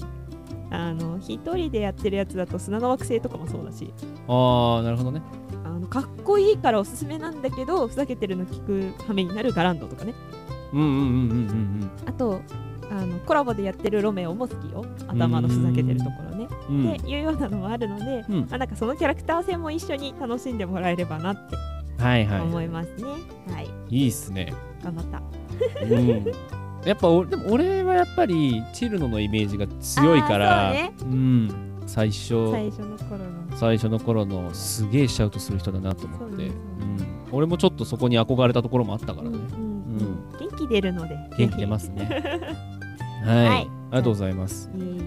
あの一人でやってるやつだと砂の惑星とかもそうだし
ああなるほどね
あのかっこいいからおすすめなんだけどふざけてるの聞く羽目になるガランドとかね
うんうんうんうん
あとあのコラボでやってるロメオも好きよ頭のふざけてるところね
うんうん
っていうようなのもあるので、
うん
まあ、なんかそのキャラクター性も一緒に楽しんでもらえればなって
はいは
思いますねはい、
いいいっすね
頑張った
うんやっぱ俺でも俺はやっぱりチルノのイメージが強いから
あー
うん、最初
最初の頃の
最初の頃のすげえシャウトする人だなと思って、
そううそ
ん、俺もちょっとそこに憧れたところもあったから
うん
ね、
うん
う
うん元気出るので、
元気出ますす ねはい、
は
あ
い
りがとうございます
いえいえい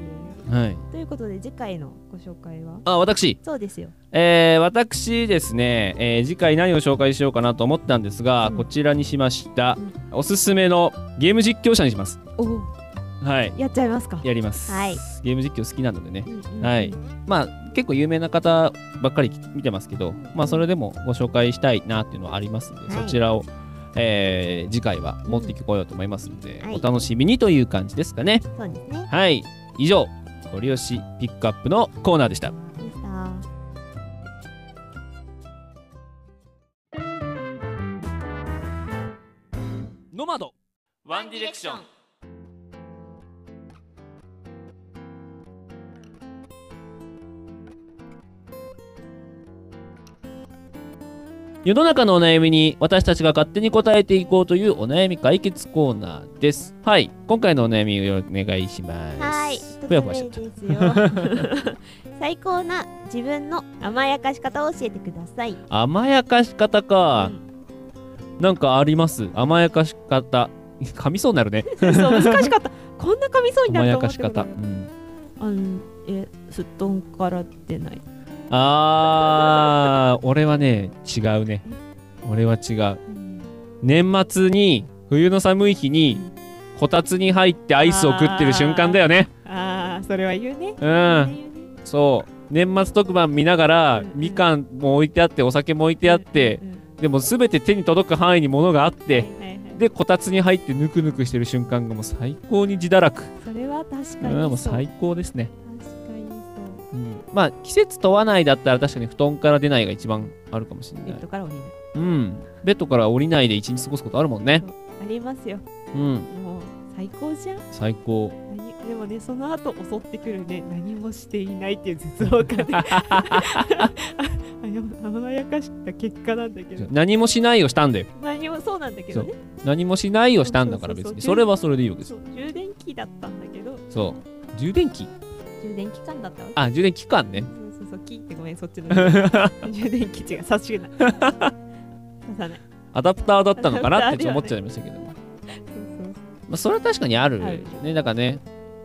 はい
えということで次回のご紹介は
あ私
そうですよ
えー私ですね、えー次回何を紹介しようかなと思ったんですが、
うん
こちらにしました、
うん
おすすめのゲーム実況者にします
おお
はい
やっちゃいますか
やります、
はい
ゲーム実況好きなのでね
うんうんうん
はいまあ結構有名な方ばっかり見てますけど、まあ、それでもご紹介したいなっていうのはありますので、
はい
そちらを、えー次回は持ってこようと思いますので、
うんは
お
い
楽しみにという感じですかね。
そうですね
はい以上ご利用しピックアップのコーナーでした。
でした
ノマド
ワンディレクション
世の中のお悩みに私たちが勝手に答えていこうというお悩み解決コーナーです。はい、今回のお悩みをお願いします。
はい、
ふやふやしちゃっ
一つ目で すよ。最高な自分の甘やかし方を教えてください。
た。甘やかし方か、なんかあります。甘やかし方。噛みそうになるね。
うんそう難しかった。こんな噛み そうにな
甘
る
や
と
か
思っ
して
な
方。う
かった
ん、
あのえすっとんから出ない。
あー、俺はね、違うね。俺は違う。年末に冬の寒い日にこたつに入ってアイスを食ってる瞬間だよね
ああそれは言うね。
うんそう年末特番見ながら
うん
みかんも置いてあってお酒も置いてあって
うんうん
でも全て手に届く範囲に物があって
はいはいはい
でこたつに入ってぬくぬくしてる瞬間がもう最高に自堕落
それは確
う
か
ん
にそう。
もう最高ですね
確かにそう。
うんまあ季節問わないだったら確かに布団から出ないが一番あるかもしれ
ベ
な
ッ
い
ドから降りない。
うんベッドから降りないで一日過ごすことあるもんね
ありますよ。
うん
もう最高じゃん。
最高
何でもねその後襲ってくるね何もしていないっていう絶望感ねあや甘やかした結果なんだけど
何もしないをしたんだよ
何もそうなんだけどね
何もしないをしたんだから
そう
別
そうそう
にそれはそれでいいわけです
そ
よ
う充電器だったんだけど
そう充電器
充電器間だったわけ
あ充電期間ね
そうそうそう切ってごめんそっちの 充電器違う差しない刺さない
アダプターだったのかなってちょっと
アダ
思っ
プ
ち
タ
ゃ
ー
いましたけど、ま
そうそう
あ、それは確かにある
ある
ねだからね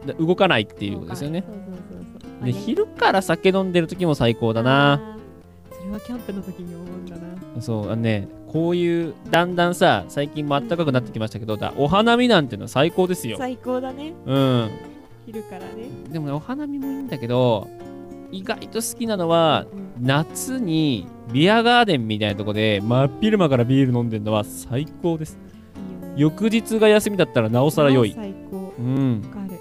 だ動かないっていうことですよね
そうそうそうそうまあ
で
ね
昼から酒飲んでる時も最高だな
あーそれはキャンプの時に思うんだな
そうあのねこういうだんだんさ最近も暖かくなってきましたけどだお花見なんてのは最高ですよ
最高だね
うん
昼からね
でもねお花見もいいんだけど意外と好きなのは
うん
夏にビアガーデンみたいなとこで真っ昼間からビール飲んでるのは最高です
いいよね
翌日が休みだったらなおさら良い
最高
うん
わかる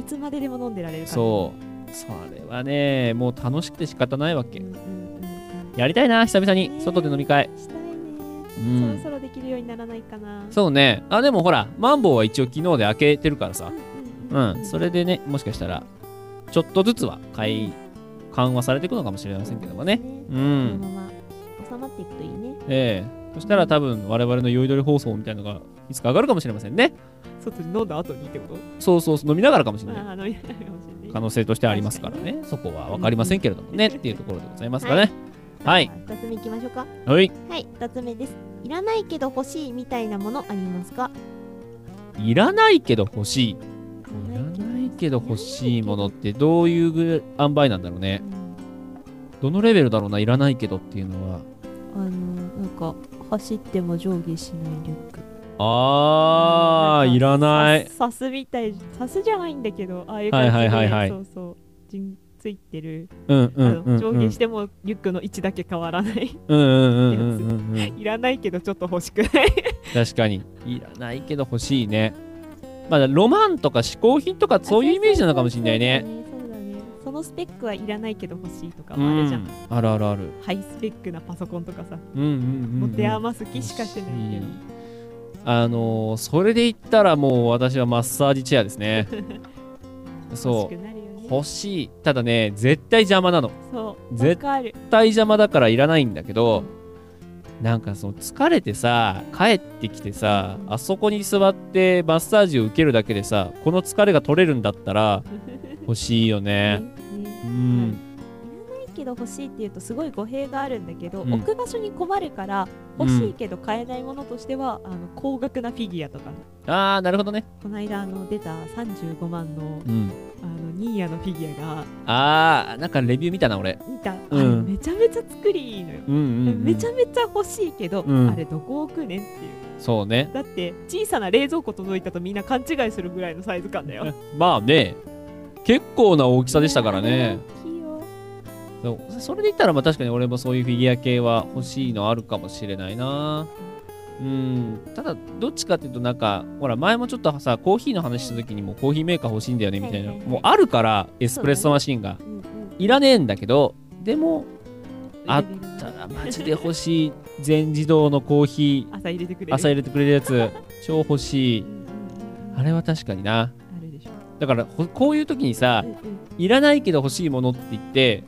いつまででも飲んでられるから
そうそれはねもう楽しくて仕方ないわ
う
け
んうんうんうん
やりたいな久々に
ね
外で飲み会
したいね、
うん
そろそろできるようにならないかな
そうねあでもほらマンボウは一応昨日で開けてるからさ
う
うん
うん
それでねもしかしたらちょっとずつは買い緩和されていくのかもしれませんけどもねう
その
ん
まま収まっていくといいね
ええそしたら多分我々の酔いどり放送みたいのがいつか上がるかもしれませんね
外で飲んだ後にってこと
そうそうそう飲みながらかもしれない
ああ飲みたいかもしれ
可
ない
能性としてはありますからね、そこは分かりませんけれどもね、っていうところでございますかね。はい、
2つ目いきましょうか
はい、
はい2つ目ですいらないけど欲しいみたいなものありますか
いらないけど欲しい。い
い
らないけど欲しいものってどういうぐ塩梅なんだろうね。
うん
どのレベルだろうな、いらないけどっていうのは。
あのなんか走っても上下しないリュック
あ
なん
ー、
か
いらない。
さ刺すみたい刺すじゃないんだけどああいう感じで、
はいはいはいはい
そうそうじんついてる、
うんうんう
あ
ん
の
う
上
ん。うん
下してもリュックの位置だけ変わらない
うんうんうんうんうん。
いらないけどちょっと欲しくない
確かに。いらないけど欲しいね。まあ、ロマンとか嗜好品とかそういうイメージなのかもしれないね。
そうだねそのスペックはいらないけど欲しいとか
う
もあるじゃん、
ん。あるあるある。
ハイスペックなパソコンとかさ、
うんうんうんう
持
ん。
て余す気しかしてないけど、
うんあのーそれで言ったらもう私はマッサージチェアです ねそ
欲しくなるよ
う
ね
欲しいただね絶対邪魔なの
そうわ
絶
かる
絶対邪魔だからいらないんだけどなんかその疲れてさ帰ってきてさあそこに座ってマッサージを受けるだけでさこの疲れが取れるんだったら欲しいよ
ね
ね
ね
うん
いいけど欲しいっていうとすごい語弊があるんだけど、
うん
置く場所に困るから
うん
欲しいけど買えないものとしては、あの高額なフィギュアとか
ああなるほどね
この間あの出た35万の
うん
あのニーヤのフィギュアが
あーなんかレビュー見たな俺
見た、
うん
あれめちゃめちゃ作りいいのよ、
うんうん、うん、
めちゃめちゃ欲しいけど、
うん
あれどこ置くねんっていう
そうね
だって小さな冷蔵庫届いたとみんな勘違いするぐらいのサイズ感だよ
まあね結構な大きさでしたからね
大きいよ
そうそれで言ったらまあ確かに俺もそういうフィギュア系は欲しいのあるかもしれないなうんただどっちかっていうとなんかほら前もちょっとさコーヒーの話した時にもコーヒーメーカー欲しいんだよねみたいな、
はいはいはい
もうあるからエスプレッソマシンが、
うんうん
いらねえんだけどでもあっ
入れてくれる
ただマジで欲しい全自動のコーヒ
朝入れてくれ
ー
る
朝入れてくれるやつ超欲しい
うんうん
あれは確かにな
あるでしょ
だからほこういう時にさ
うんうん
いらないけど欲しいものって言って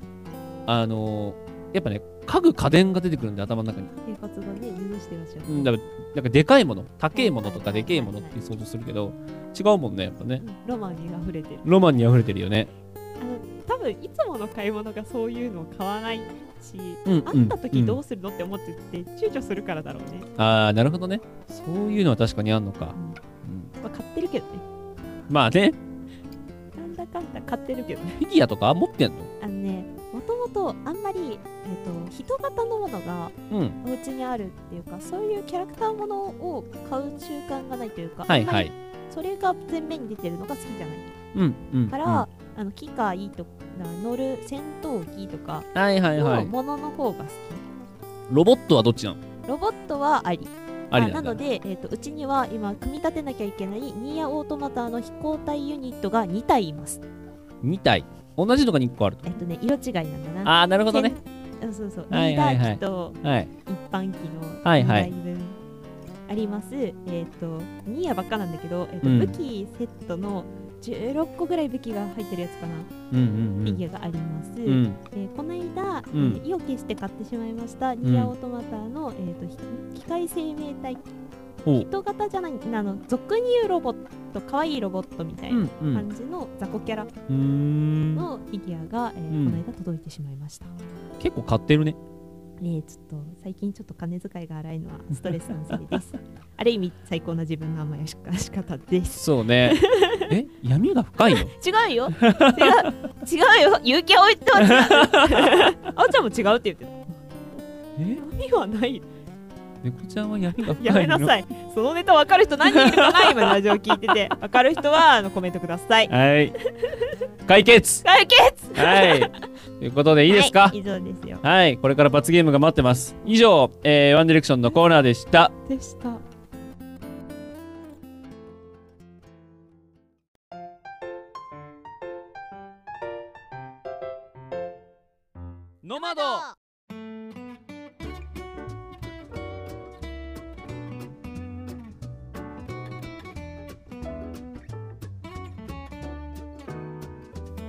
あのーやっぱね家具家電が出てくるんで頭の中に、
生活がね許してらっしゃる
うん、だからなんかでかいもの高いものとかでけえものって想像するけど違うもんねやっぱね
うんロマンに溢れてる
ロマンに溢れてるよね
あの多分いつもの買い物がそういうのを買わないし
うんうん
あった時ど
う
うするのって思ってて躊躇するからだろうね、
んああなるほどねそういうのは確かにあんのか、うん
まあ、買ってるけどね
まあね
なんだかんだ買ってるけどね
フィギュアとか持ってんの
あのねもともとあんまり、えっと人型のものが
うん
お家にあるっていうかそういうキャラクターものを買う習慣がないというか、
はい
あんま
は
り
い
それが前面に出てるのが好きじゃない
うんうん
から、あの機械とか乗る戦闘機とか
うん、はいはいは
の
い
ものの方が好き、
ロボットはどっちなの
ロボットはあり
あり
あ
な
なん
だ
ので、えっとうちには今組み立てなきゃいけないニーヤオートマターの飛行隊ユニットが2体います
2体同じのが2個あると
えっとね色違いなんだな
ああなるほどね
戦うんそうそう、
はいはいはい
リーダー機と
はい
一般機の2
はい
台分、
はい
ありますえっ、とニーヤばっかなんだけど、えっと
うん
武器セットの16個ぐらい武器が入ってるやつか
う
な、
んうん
フ
う
ィ
ん
ギュアがあります、
うん
えーこの間、
うん
えー意を決して買ってしまいましたニアオートマターの、えー、とひ機械生命体
お
人型じゃないあの俗に言うロボット可愛いロボットみたいな
うん
感じの雑魚キャラ
うんうーん
のフィギュアが、えー
うん
この間届いてしまいました、
結構買ってるね
えーちょっと最近ちょっと金遣いが荒いのはストレスなんです ある意味最高な自分の甘やしかし方です
そうねえ闇が深いの
違うよ違う違うよ有形置いては 違う
あおちゃんも違うって言ってた
え
意味はない
猫ちゃんは闇が深いの
やめなさいそのネタ分かる人何人いるかな今ラジオ聞いて て分かる人はあのコメントください
はい解決
解決
はいということでいいですか
はい以上ですよ
はい、これから罰ゲームが待ってます以上、えーワンディレクションのコーナーでした
でした
ノマド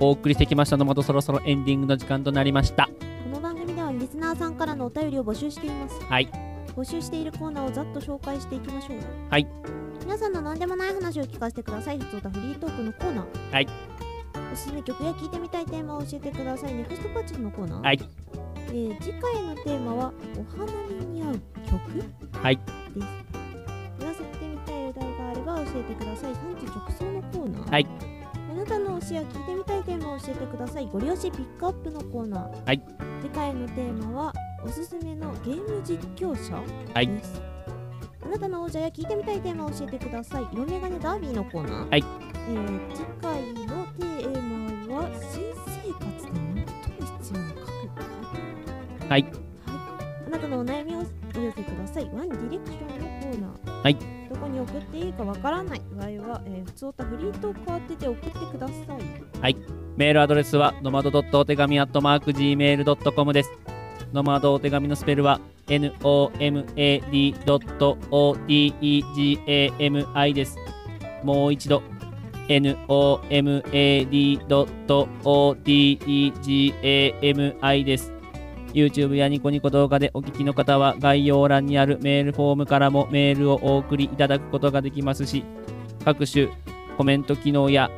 お送りしてきましたノマドそろそろエンディングの時間となりました
この番組ではリスナーさんからのお便りを募集しています
はい
募集しているコーナーをざっと紹介していきましょう
はい
皆さんの何でもない話を聞かせてくださいふつおたフリートークのコーナー
はい
おすすめ曲や聞いてみたいテーマを教えてくださいネクストパッチのコーナー
はい
えー次回のテーマはお花見に合う曲
はい
です言わせてみたいお題があれば教えてください産地直送のコーナー
はい
あなたの推しや聞いてみたいテーマを教えてくださいご利用しピックアップのコーナー
はい
次回のテーマはおすすめのゲーム実況者
はい
ですあなたの王者や聞いてみたいテーマを教えてください色眼鏡ダービーのコーナー
はい
えー次回のテーマは新生活で最も必要な覚悟
はい
あなたのお悩みをお寄せください。ワンディレクションのコーナー。
はい。
どこに送っていいかわからない場合は、えー、普通おたフリートークを当てて送ってください。
メールアドレスはノマドドットお手紙アットマーク Gmail.com です。ノマドお手紙のスペルは nomad.otegami です。もう一度 nomad.otegami です。YouTube やニコニコ動画でお聞きの方は概要欄にあるメールフォームからもメールをお送りいただくことができますし、各種コメント機能や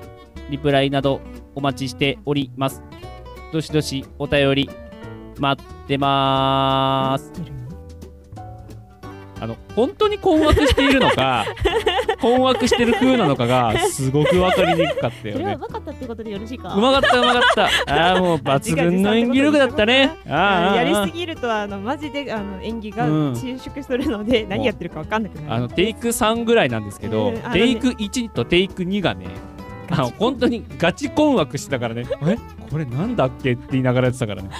リプライなどお待ちしております。どしどしお便り待ってまーす。あの本当に困惑しているの か困惑してる風なのかがすごく分かりにくかったよ
それはう
ね。
まかったってことでよろしいか
うまかったうまかった。ああもう抜群の演技力だったね。あああ
やり
ああ
すぎるとあのマジであの演技が
うん
収縮するので、何やってるか分かんなくなる
あのテイク3ぐらいなんですけど、
うんあのね
テイク1とテイク2がねあの本当にガチ困惑してたからねえこれなんだっけって言いながらやってたからね。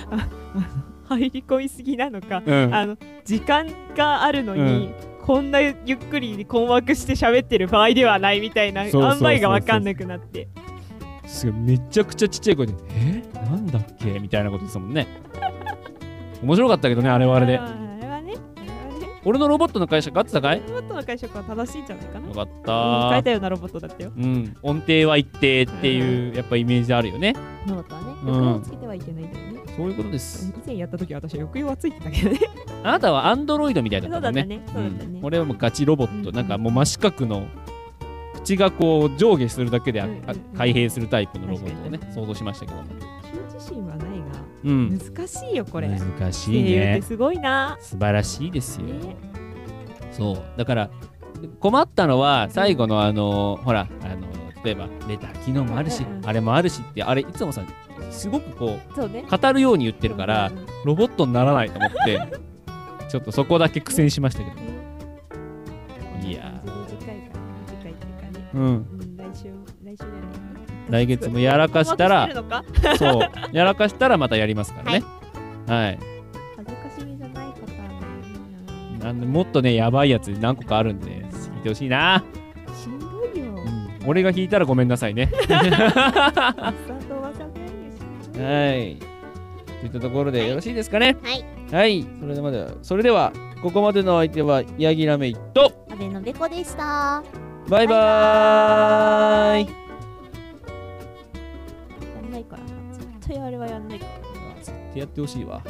入り込みすぎなのか
うん
あの時間があるのに、
う
こんなゆっくり困惑して喋ってる場合ではないみたいな塩
そうそうそうそう
梅が分かんなくなって
すごいめちゃくちゃちっちゃい声で「えなんだっけ?」みたいなこと言ってたもんね面白かったけどねあれはあれで
あーあれはねあれはね
俺のロボットの会社勝ってたかいよ
ロボットの解釈は正しいんじゃないかな
かっ
変えた
た
ようなロボットだったよ
うん音程は一定っていうやっぱイメージあるよね
ロボットはね
うん
抑揚をつけてはいけないんだよね
そういうことです
以前やった時は私は抑揚はついてたけど ね
あなたはアンドロイドみたいだ
そ
っ
う
た
だ
もん
った
ね
ねそ
う
うだった
ん
ね、
俺はもうガチロボット、
うん
なんかもう真四角の口がこう上下するだけであ
うんうんうん
あ開閉するタイプのロボットをね
確かに
想像しましたけども
羞恥心はないが
うん
難しいよこれ
難
声
しい
優っ
ね
てすごいな
素晴らしいですよ、
ね
そうだから困ったのは最後のあのほらあの例えばレター機能もあるし
うんうん
あれもあるしってあれいつもさすごくこ
そうね
う語るように言ってるから
うんうん
ロボットにならないと思ってちょっとそこだけ苦戦しましたけどいや
短いから短いっていうかね
うん
うん来週来週じゃない
来月もやらかしたら
困惑してるのか
そう。やらかしたらまたやりますからね。はい。
恥ずかしみじゃないパターンがいいな
あのもっとね、やばいやつ何個かあるんで、聞いてほしいな。
しんどい
う
よ
ん俺が引いたらごめんなさいね。
おっさんとおばさんがいるよしんどい
はい。といったところでよろしいですかね。
はい。
はい。それでまでは、それでは、ここまでの相手は、ヤギラメイと、
阿部のべこでした
バイバーイ。
やんないからな絶対あれはやんないからな
ってやってほしいわ。